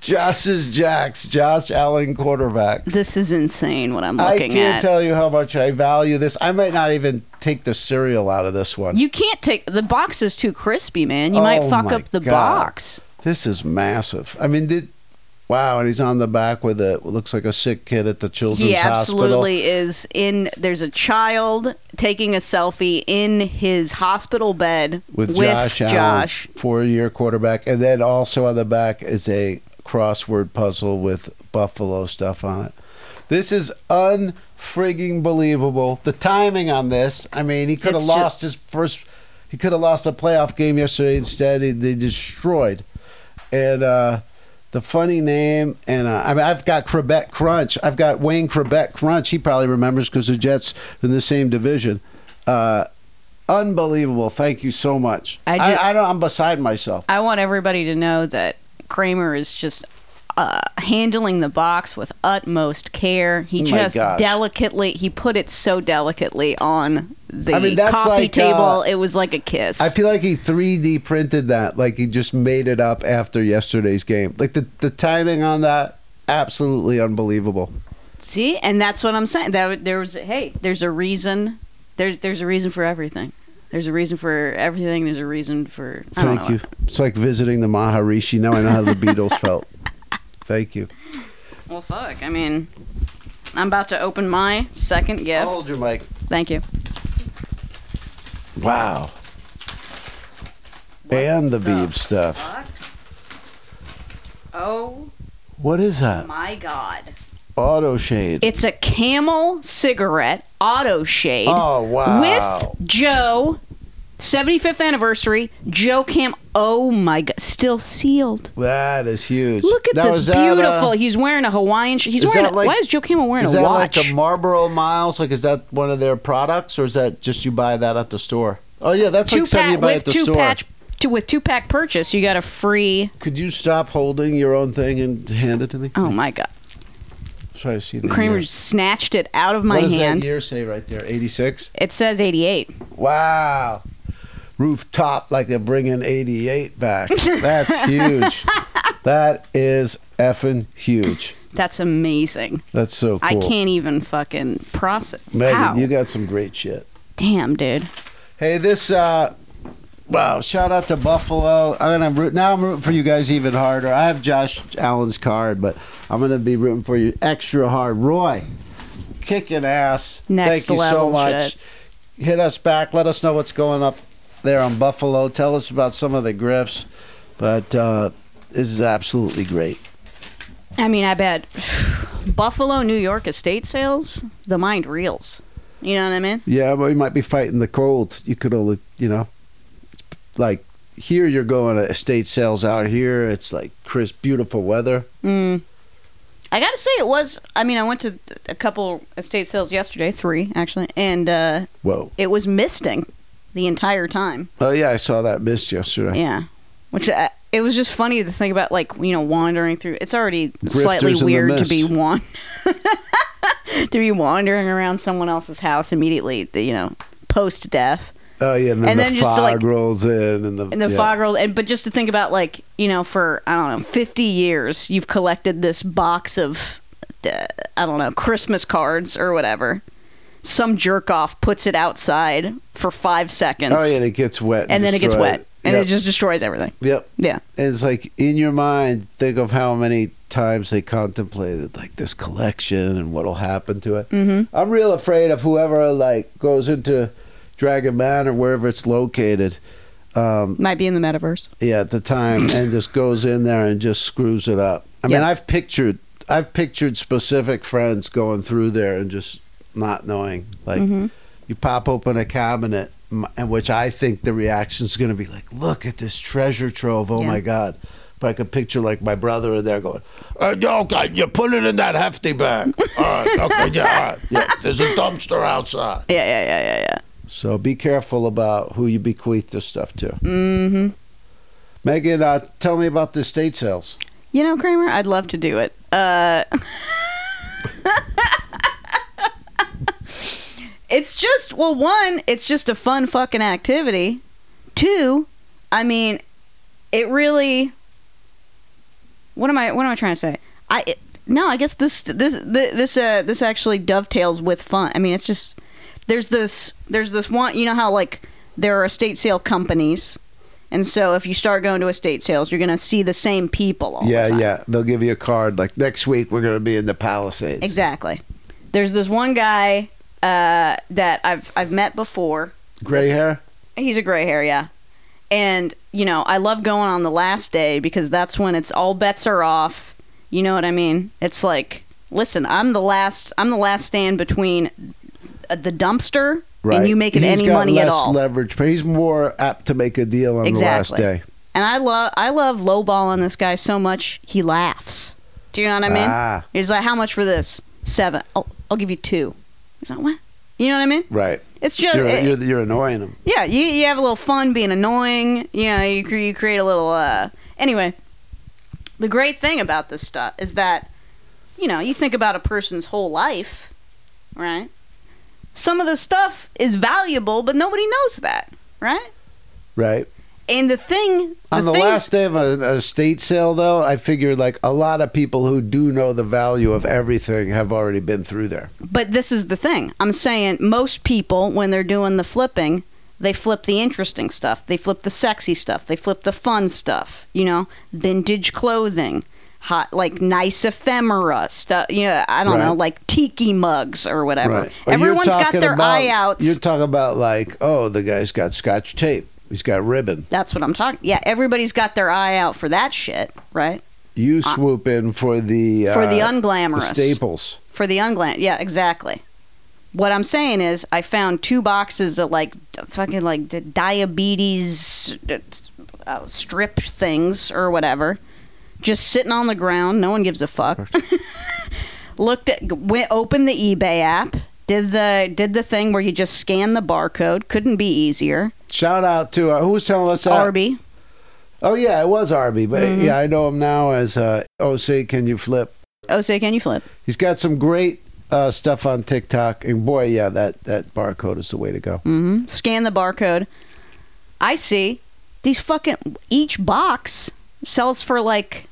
Josh's Jacks. Josh Allen quarterback.
This is insane what I'm
I
looking
can't
at.
tell you how much I value this. I might not even take the cereal out of this one.
you can't take the box is too crispy, man. You might
Oh
fuck
my
up the
God.
box.
This is massive. I mean, did, wow, and he's on the back with a what looks like a sick kid at the children's
He
hospital.
absolutely is in there's a child taking a selfie in his hospital bed
With, Josh,
Josh.
Allen, four-year quarterback, and then also on the back is a crossword puzzle with buffalo stuff on it. This is unfrigging believable. The timing on this. I mean, he could have
It's
lost his first. He could have lost a playoff game yesterday. Instead, he, they destroyed. and uh, the funny name. And uh, I mean, I've got Quebec Crunch. I've got Wayne Quebec Crunch. He probably remembers because the Jets in the same division. Uh, unbelievable! Thank you so much.
I
I,
ju-
I, don't. I'm beside myself.
I want everybody to know that Kramer is just uh, handling the box with utmost care. He
Oh My
just
gosh.
delicately he put it so delicately on the
I mean, that's
coffee
like,
table.
uh,
it was like a kiss.
I feel like he 3D printed that. Like he just made it up after yesterday's game. Like the the timing on that, absolutely unbelievable.
See, and that's what I'm saying. That there was hey, there's a reason. There's there's a reason for everything. There's a reason for everything. There's a reason for. I don't
Thank
know.
you. It's like visiting the Maharishi. Now I know
[laughs]
how the Beatles felt. Thank you.
Well, fuck. I mean, I'm about to open my second gift.
Hold your mic.
Thank you.
Wow. and the, Beeb stuff.
Oh
What is that?
my god!
Auto shade.
It's a Camel cigarette auto shade.
oh wow.
with Joe. 75th anniversary, Joe Cam. Oh my God, still sealed.
that is huge.
Look at
Now,
this
is that, uh,
beautiful. he's wearing a Hawaiian. Sh- he's
is
wearing.
that
A,
like-
why is Joe Camel wearing
is
a
that
watch?
like a Marlboro Miles? Like, is that one of their products, or is that just you buy that at the store? Oh yeah, that's
two
like something you
pack
buy
with
at the
two
store.
patch to, with two pack purchase, you got a free.
Could you stop holding your own thing and hand it to me?
Oh my god!
Try to see the
Kramer
year.
just snatched it out of
What
my
does
hand.
that year say right there? Eighty-six.
It says 88.
Wow. Rooftop like they're bringing 88 back.
[laughs]
That's huge. that is effing huge.
That's amazing.
That's so
I
cool.
can't even fucking process.
Megan,
How?
you got some great shit.
Damn, dude.
Hey, this uh wow, shout out to Buffalo. I'm gonna root now I'm rooting for you guys even harder. I have Josh Allen's card, but I'm gonna be rooting for you extra hard. Roy, kicking ass.
Next
Thank you so
level
much.
shit.
Hit us back. Let us know what's going up there on Buffalo. Tell us about some of the grifts. But uh this is absolutely great.
I mean, I bet [sighs] Buffalo, New York estate sales, the mind reels. You know what I mean?
Yeah, but we might be fighting the cold. You could only, you know, it's like here you're going to estate sales out here. It's like crisp, beautiful weather.
Mm. I gotta say, it was. I mean, I went to a couple estate sales yesterday, three actually, and uh,
Whoa.
it was misting the entire time.
Oh, yeah, I saw that mist yesterday.
Yeah, which uh, it was just funny to think about, like you know, wandering through. It's already slightly
in the
weird to
mist.
be one [laughs] to be wandering around someone else's house immediately. You know, post death.
Oh, yeah, and then
And
the
then just to,
fog
like-
rolls in. And the,
And the
yeah.
fog rolled, and but just to think about like you know for I don't know fifty years you've collected this box of uh, I don't know Christmas cards or whatever. Some jerk off puts it outside for five seconds,
Oh, yeah, and it gets wet.
and then it gets
destroyed.
wet, and
yep.
it just destroys everything.
Yep.
Yeah,
And it's like in your mind, think of how many times they contemplated like this collection and what'll happen to it. Mm-hmm. I'm real afraid of whoever like goes into Dragon Man or wherever it's located. Um,
might be in the metaverse.
yeah, at the
[clears throat]
time, and just goes in there and just screws it up. I mean,
Yeah.
I've pictured, I've pictured specific friends going through there and just not knowing. Like,
Mm-hmm.
you pop open a cabinet, m- and which I think the reaction is going to be like, "Look at this treasure trove! Oh
Yeah.
my god!" But I could picture like my brother in there going, uh, yeah, "Okay, you put it in that hefty bag. All right, okay, yeah, all right, yeah. There's a dumpster outside."
Yeah, yeah, yeah, yeah, yeah.
So be careful about who you bequeath this stuff to. Mm-hmm. Megan, uh, tell me about the estate sales.
You know, Kramer, I'd love to do it. Uh, it's just, well, one, it's just a fun fucking activity. Two, I mean, it really. What am I? What am I trying to say? I it- no, I guess this this thi- this uh this actually dovetails with fun. I mean, it's just there's this there's this one. You know how like there are estate sale companies, and so if you start going to estate sales, you're gonna see the same people. All
yeah,
the time.
yeah. They'll give you a card like next week we're going to be in the Palisades.
Exactly. There's this one guy uh, that I've I've met before.
Gray hair?
He's a gray hair, yeah. And you know, I love going on the last day because that's when it's all bets are off. You know what I mean? It's like, listen, I'm the last. I'm the last stand between uh, the dumpster and you making
He's
any
got
money
less
at all.
leverage, but he's more apt to make a deal on
exactly.
the last day.
And I love I love lowballing this guy so much he laughs. Do you know what I mean?
Ah.
He's like, how much for this? Seven. Oh, I'll give you two. He's like, what? You know what I mean?
Right.
It's just
You're,
it-
you're, you're annoying him.
yeah, you, you have a little fun being annoying. You know, you, cre- you create a little. uh Anyway, the great thing about this stuff is that, you know, you think about a person's whole life, right? Some of the stuff is valuable, but nobody knows that, right?
Right.
And the thing the
on the
things-
last day of an estate sale, though, I figured like a lot of people who do know the value of everything have already been through there.
But this is the thing. I'm saying most people, when they're doing the flipping, they flip the interesting stuff. They flip the sexy stuff. They flip the fun stuff. You know, vintage clothing, hot like nice ephemera stuff. You know, I don't know,
Right.
like tiki mugs or whatever.
Or you're
Everyone's got
talking
their
about-
eye out.
You're talking about like, oh, the guy's got scotch tape. He's got ribbon.
That's what I'm talking. Yeah, everybody's got their eye out for that shit, right?
You swoop in for the
Uh, For the
uh,
unglamorous.
staples.
for the unglam. Yeah, exactly. What I'm saying is, I found two boxes of like d- fucking like d- diabetes d- uh, strip things or whatever, just sitting on the ground. No one gives a fuck. [laughs] Looked at, went, opened the eBay app. Did the did the thing where you just scan the barcode? Couldn't be easier.
Shout out to uh, who was telling us that?
Arby,
Oh yeah, it was Arby, but
Mm-hmm.
yeah, I know him now as uh, OC. Can you flip?
oh say, can you flip?
He's got some great uh, stuff on TikTok, and boy, yeah, that that barcode is the way to go.
hmm Scan the barcode. I see these fucking each box sells for like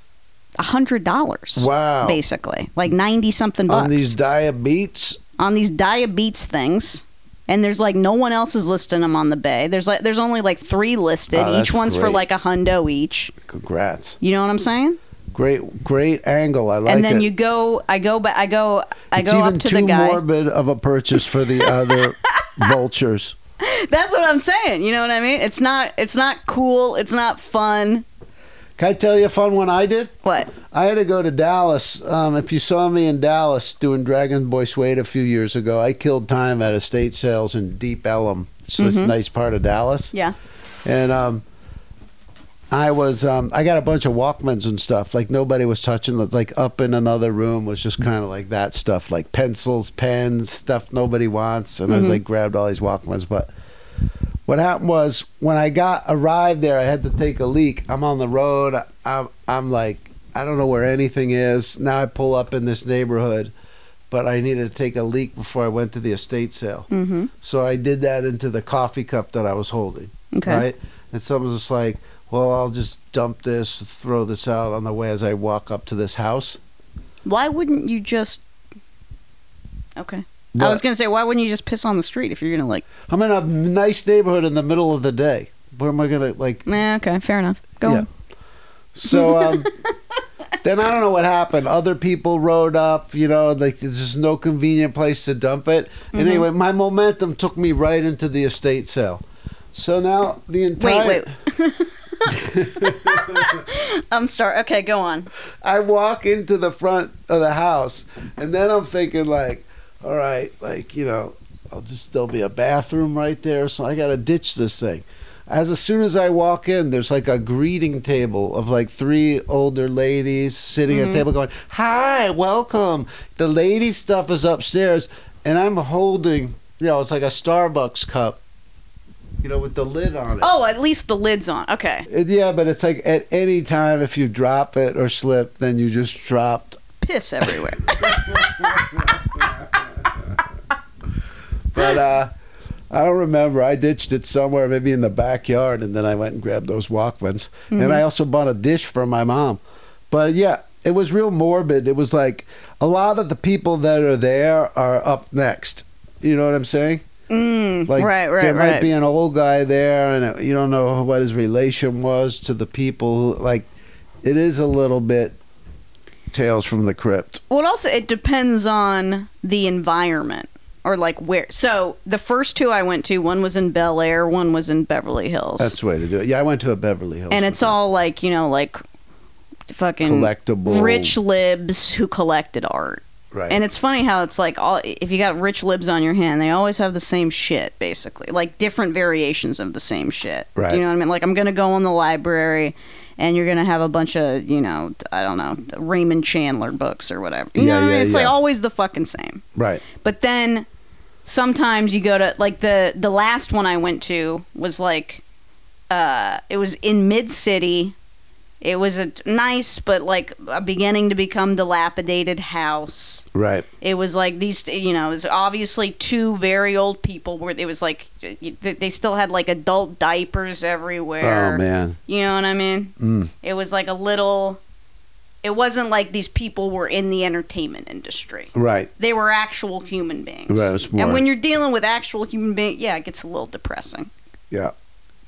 a hundred dollars.
Wow.
Basically, like ninety something bucks
On these diabetes,
on these diabetes things. And there's like no one else is listing them on the bay. There's like there's only like three listed.
Oh, that's
each one's for
great.
like a hundo each.
congrats!
You know what I'm saying?
Great, great angle. I like
and then
it.
you go, I go, but I go, I
it's
go
even
up to
too
the [laughs] guy.
morbid of a purchase for
[laughs]
the other vultures.
That's what I'm saying. You know what I mean? It's not, it's not cool. It's not fun.
Can I tell you a fun one I did?
What?
I had to go to Dallas. Um, if you saw me in Dallas doing Dragon Boy Suede a few years ago, I killed time at estate sales in Deep Ellum. It's this nice part of Dallas.
Yeah.
And um, I was um, I got a bunch of Walkmans and stuff. Like nobody was touching. the- Like up in another room was just kind of like that stuff, like pencils, pens, stuff nobody wants. And I was like grabbed all these Walkmans, but. What happened was when I got arrived there, I had to take a leak. I'm on the road. I'm, I'm like, I don't know where anything is. Now I pull up in this neighborhood, but I needed to take a leak before I went to the estate sale. Mm-hmm. So I did that into the coffee cup that I was holding.
Okay.
Right? And someone's just like, well, I'll just dump this, throw this out on the way as I walk up to this house.
Why wouldn't you just? Okay. I
What?
was gonna say, why wouldn't you just piss on the street if you're gonna like?
I'm in a nice neighborhood in the middle of the day. Where am I going to, like,
Nah, okay, fair enough. Go
Yeah.
on. [laughs]
So um, then I don't know what happened. Other people rode up, you know, like there's just no convenient place to dump it.
Mm-hmm.
And anyway, my momentum took me right into the estate sale. So now the entire
Wait, wait. [laughs] I'm sorry. Okay, go on.
I walk into the front of the house, and then I'm thinking like, all right, like you know, I'll just there'll be a bathroom right there, so I gotta ditch this thing. As as soon as I walk in, there's like a greeting table of like three older ladies sitting at a table going, "Hi, welcome." The lady stuff is upstairs, and I'm holding, you know, it's like a Starbucks cup you know, with the lid on it.
Oh, at least the lid's on. Okay.
It- yeah, but it's like at any time if you drop it or slip, then you just dropped.
Piss
[laughs]
everywhere.
But uh, I don't remember. I ditched it somewhere, maybe in the backyard, and then I went and grabbed those Walkmans.
Mm-hmm.
And I also bought a dish for my mom. But yeah, it was real morbid. It was like a lot of the people that are there are up next. You know what I'm saying?
mm,
Like
right, right,
there
right.
might be an old guy there, and uh, you don't know what his relation was to the people. who- Like it is a little bit tales from the crypt.
Well, also it depends on the environment or like where. So the first two I went to, one was in Bel Air, one was in Beverly Hills,
That's the way to do it. Yeah, I went to a Beverly Hills,
and it's
one.
all like you know like fucking
Collectible.
rich libs who collected art.
right.
And it's funny how it's like all if you got rich libs on your hand, they always have the same shit basically, like different variations of the same shit.
Right.
Do you know what I mean? Like I'm gonna go in the library. And you're gonna have a bunch of, you know, I don't know, Raymond Chandler books or whatever. You
Yeah,
know, what I mean?
yeah,
it's like
yeah.
always the fucking same.
right.
But then sometimes you go to like the the last one I went to was like uh it was in mid city. It was a nice but like a beginning to become dilapidated house.
Right.
It was like these you know, it was obviously two very old people where it was like y- y- they still had like adult diapers everywhere.
Oh man.
You know what I mean?
Mm.
It was like a little it wasn't like these people were in the entertainment industry
Right.
they were actual human beings.
Right, it's more-
And when you're dealing with actual human beings, yeah, it gets a little depressing.
Yeah.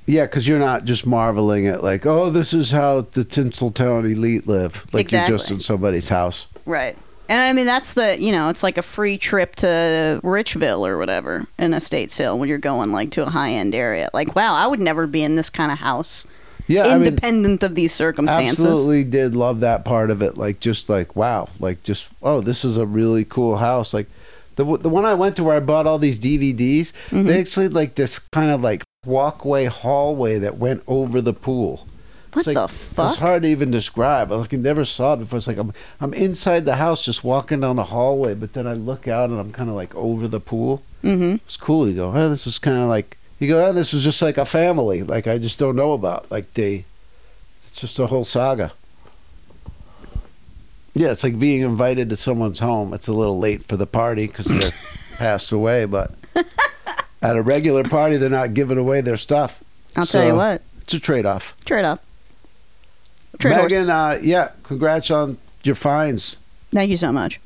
Yeah, because you're not just marveling at like, oh, this is how the Tinseltown elite live. Like you're just
Exactly.
in somebody's house.
Right. And I mean, that's the, you know, it's like a free trip to Richville or whatever in Estates Hill when you're going like to a high end area. Like, wow, I would never be in this kind of house
Yeah, I mean,
independent of these circumstances.
absolutely did love that part of it. Like just like wow, like just oh, this is a really cool house. Like the the one I went to where I bought all these DVDs, they actually had, like this kind of like walkway hallway that went over the pool.
What
It's
the
like-
fuck?
It's hard to even describe. I like, never saw it before. It's like I'm I'm inside the house, just walking down the hallway, but then I look out and I'm kind of like over the pool.
mm-hmm.
It's cool. You go, oh, this is kind of like you go, oh, this was just like a family. Like I just don't know about. Like they, it's just a whole saga. Yeah, it's like being invited to someone's home. It's a little late for the party
[laughs]
because they're passed away, but at a regular party, they're not giving away their stuff.
I'll tell you
So,
what.
It's a trade off.
Trade off. Trade off.
Megan, uh, yeah, congrats on your finds.
Thank you so much.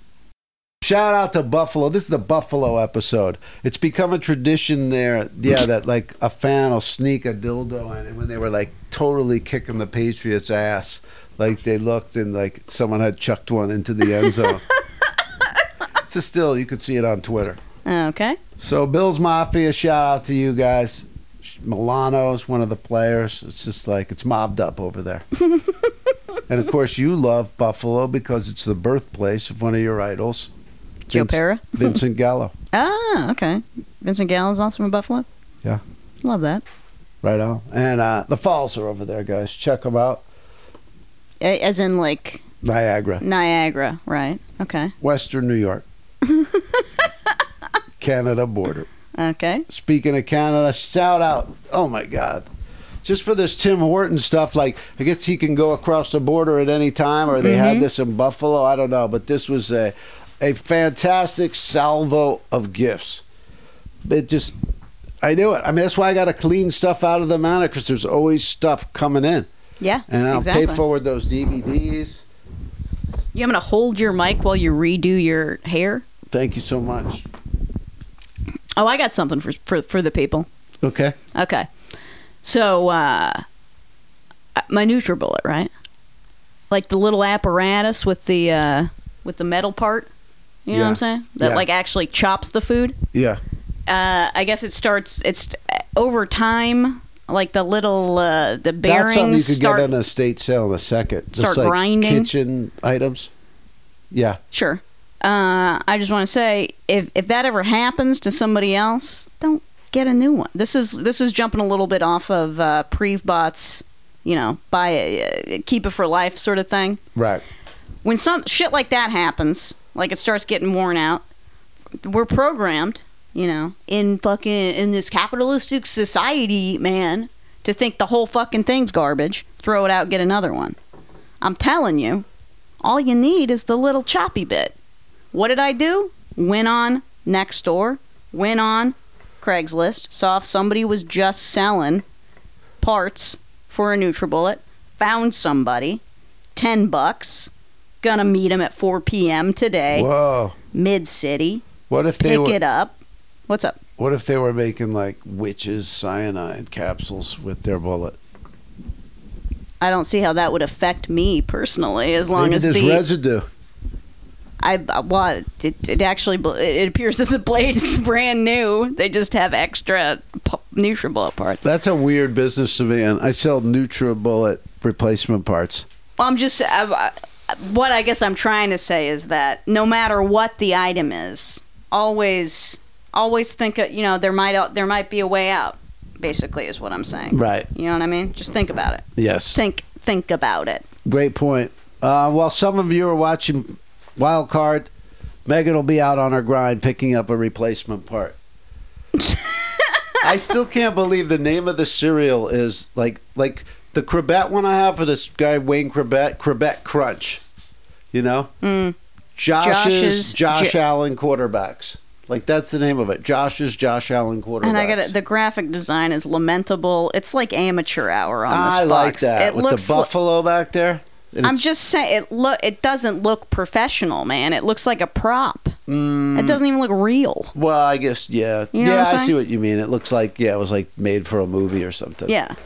Shout out to Buffalo. This is the Buffalo episode. It's become a tradition there. Yeah, that like a fan will sneak a dildo in, and when they were like totally kicking the Patriots' ass, like they looked and like someone had chucked one into the end zone. it's a still. You could see it on Twitter.
Okay.
So Bills Mafia, shout out to you guys. Milano's one of the players. It's just like it's mobbed up
[laughs]
over there. and of course, you love Buffalo because it's the birthplace of one of your idols,
Joe
Vince-
Pera. [laughs]
Vincent Gallo.
Ah, okay. Vincent Gallen's also from Buffalo.
Yeah.
Love that.
Right on. And uh, the falls are over there, guys. Check them out.
A- As in, like,
Niagara,
Niagara, right? Okay,
Western
[laughs]
New York, Canada border.
okay.
Speaking of Canada, shout out. Oh my God. Just for this Tim Horton stuff, like, I guess he can go across the border at any time, or they had this in Buffalo. I don't know. But this was a, a fantastic salvo of gifts. It just, I knew it. I mean, that's why I got to clean stuff out of the mountain because there's always stuff coming in.
Yeah,
And I'll
exactly.
pay forward those DVDs.
you want me to hold your mic while you redo your hair?
Thank you so much.
Oh, I got something for for, for the people.
Okay.
Okay, so uh, my NutriBullet, right? Like the little apparatus with the uh, with the metal part. You know what
Yeah.
I'm saying? That
Yeah.
like actually chops the food.
Yeah.
Uh, I guess it starts. It's over time. Like the little uh, the
That's something you
bearings
could
start.
get in a state sale in a second. Just
start
like
grinding.
kitchen items. Yeah.
Sure. Uh, I just want to say if if that ever happens to somebody else, don't get a new one. This is this is jumping a little bit off of uh, Prevbot's, you know, buy it, uh, keep it for life sort of thing.
Right.
When some shit like that happens, like it starts getting worn out, we're programmed. you know, in fucking in this capitalistic society, man, to think the whole fucking thing's garbage, throw it out, get another one. I'm telling you, all you need is the little choppy bit. What did I do? Went on next door, went on Craigslist, saw if somebody was just selling parts for a NutriBullet, found somebody, 10 bucks, gonna meet him at 4 p.m. today,
Whoa.
mid city,
What if they
pick
were?
it up. What's up?
What if they were making like witches cyanide capsules with their bullet?
I don't see how that would affect me personally as long
Maybe
as
there's
the
residue.
I uh, well it, it actually bl- it it appears that the blade is [laughs] brand new. They just have extra p- NutriBullet parts.
That's a weird business to be in. I sell NutriBullet replacement parts.
Well, I'm just I, I- what I guess I'm trying to say is that no matter what the item is, always always think of, you know there might out- there might be a way out. Basically, is what I'm saying.
Right.
You know what I mean? Just think about it.
Yes.
Think think about it.
Great point. Uh, while some of you are watching Wild Card, Megan will be out on her grind picking up a replacement
[laughs]
part. I still can't believe the name of the cereal is like like the Crabette one I have for this guy Wayne Crabette Crabette Crunch. You know,
Mm.
Josh's
Josh's-
Josh
J-
Allen quarterbacks. Like that's the name of it. Josh's Josh Allen quarterbacks.
And I got it. The graphic design is lamentable. It's like amateur hour on this
I
box.
like that
It
with
looks
the
li-
buffalo back there. And
I'm
it's-
just saying it look it doesn't look professional, man. It looks like a prop.
Mm.
It doesn't even look real.
Well, I guess yeah,
You know
yeah.
what I'm
I see
saying?
what you mean. It looks like yeah, it was like made for a movie or something.
Yeah.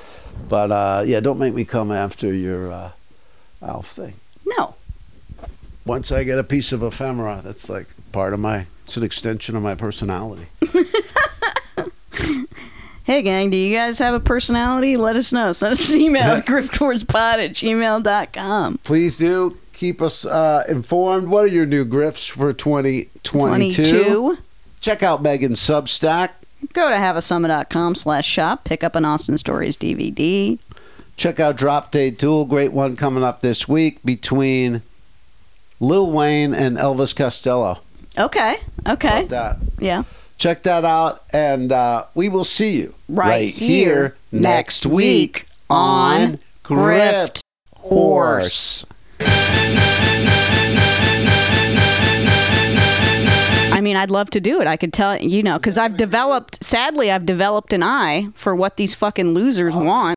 But uh, yeah, don't make me come after your uh, Alf thing.
No.
Once I get a piece of ephemera, that's like part of my. It's an extension of my personality.
Hey gang, do you guys have a personality? Let us know. Send us an email
[laughs]
at grifftowardspod at gmail.com.
Please do keep us uh, informed. What are your new grips for 2022? Check out Megan's Substack.
Go to haveasummit.com slash shop. Pick up an Austin Stories DVD.
Check out Drop Day Duel. Great one coming up this week between Lil Wayne and Elvis Costello.
Okay.
How
Okay.
about that?
Yeah.
check that out and uh, we will see you
Right here
next
next
week
week
on
on Grift
grift horse
I mean, I'd love to do it. I could tell, you know, because I've developed, sadly, I've developed an eye for what these fucking losers want.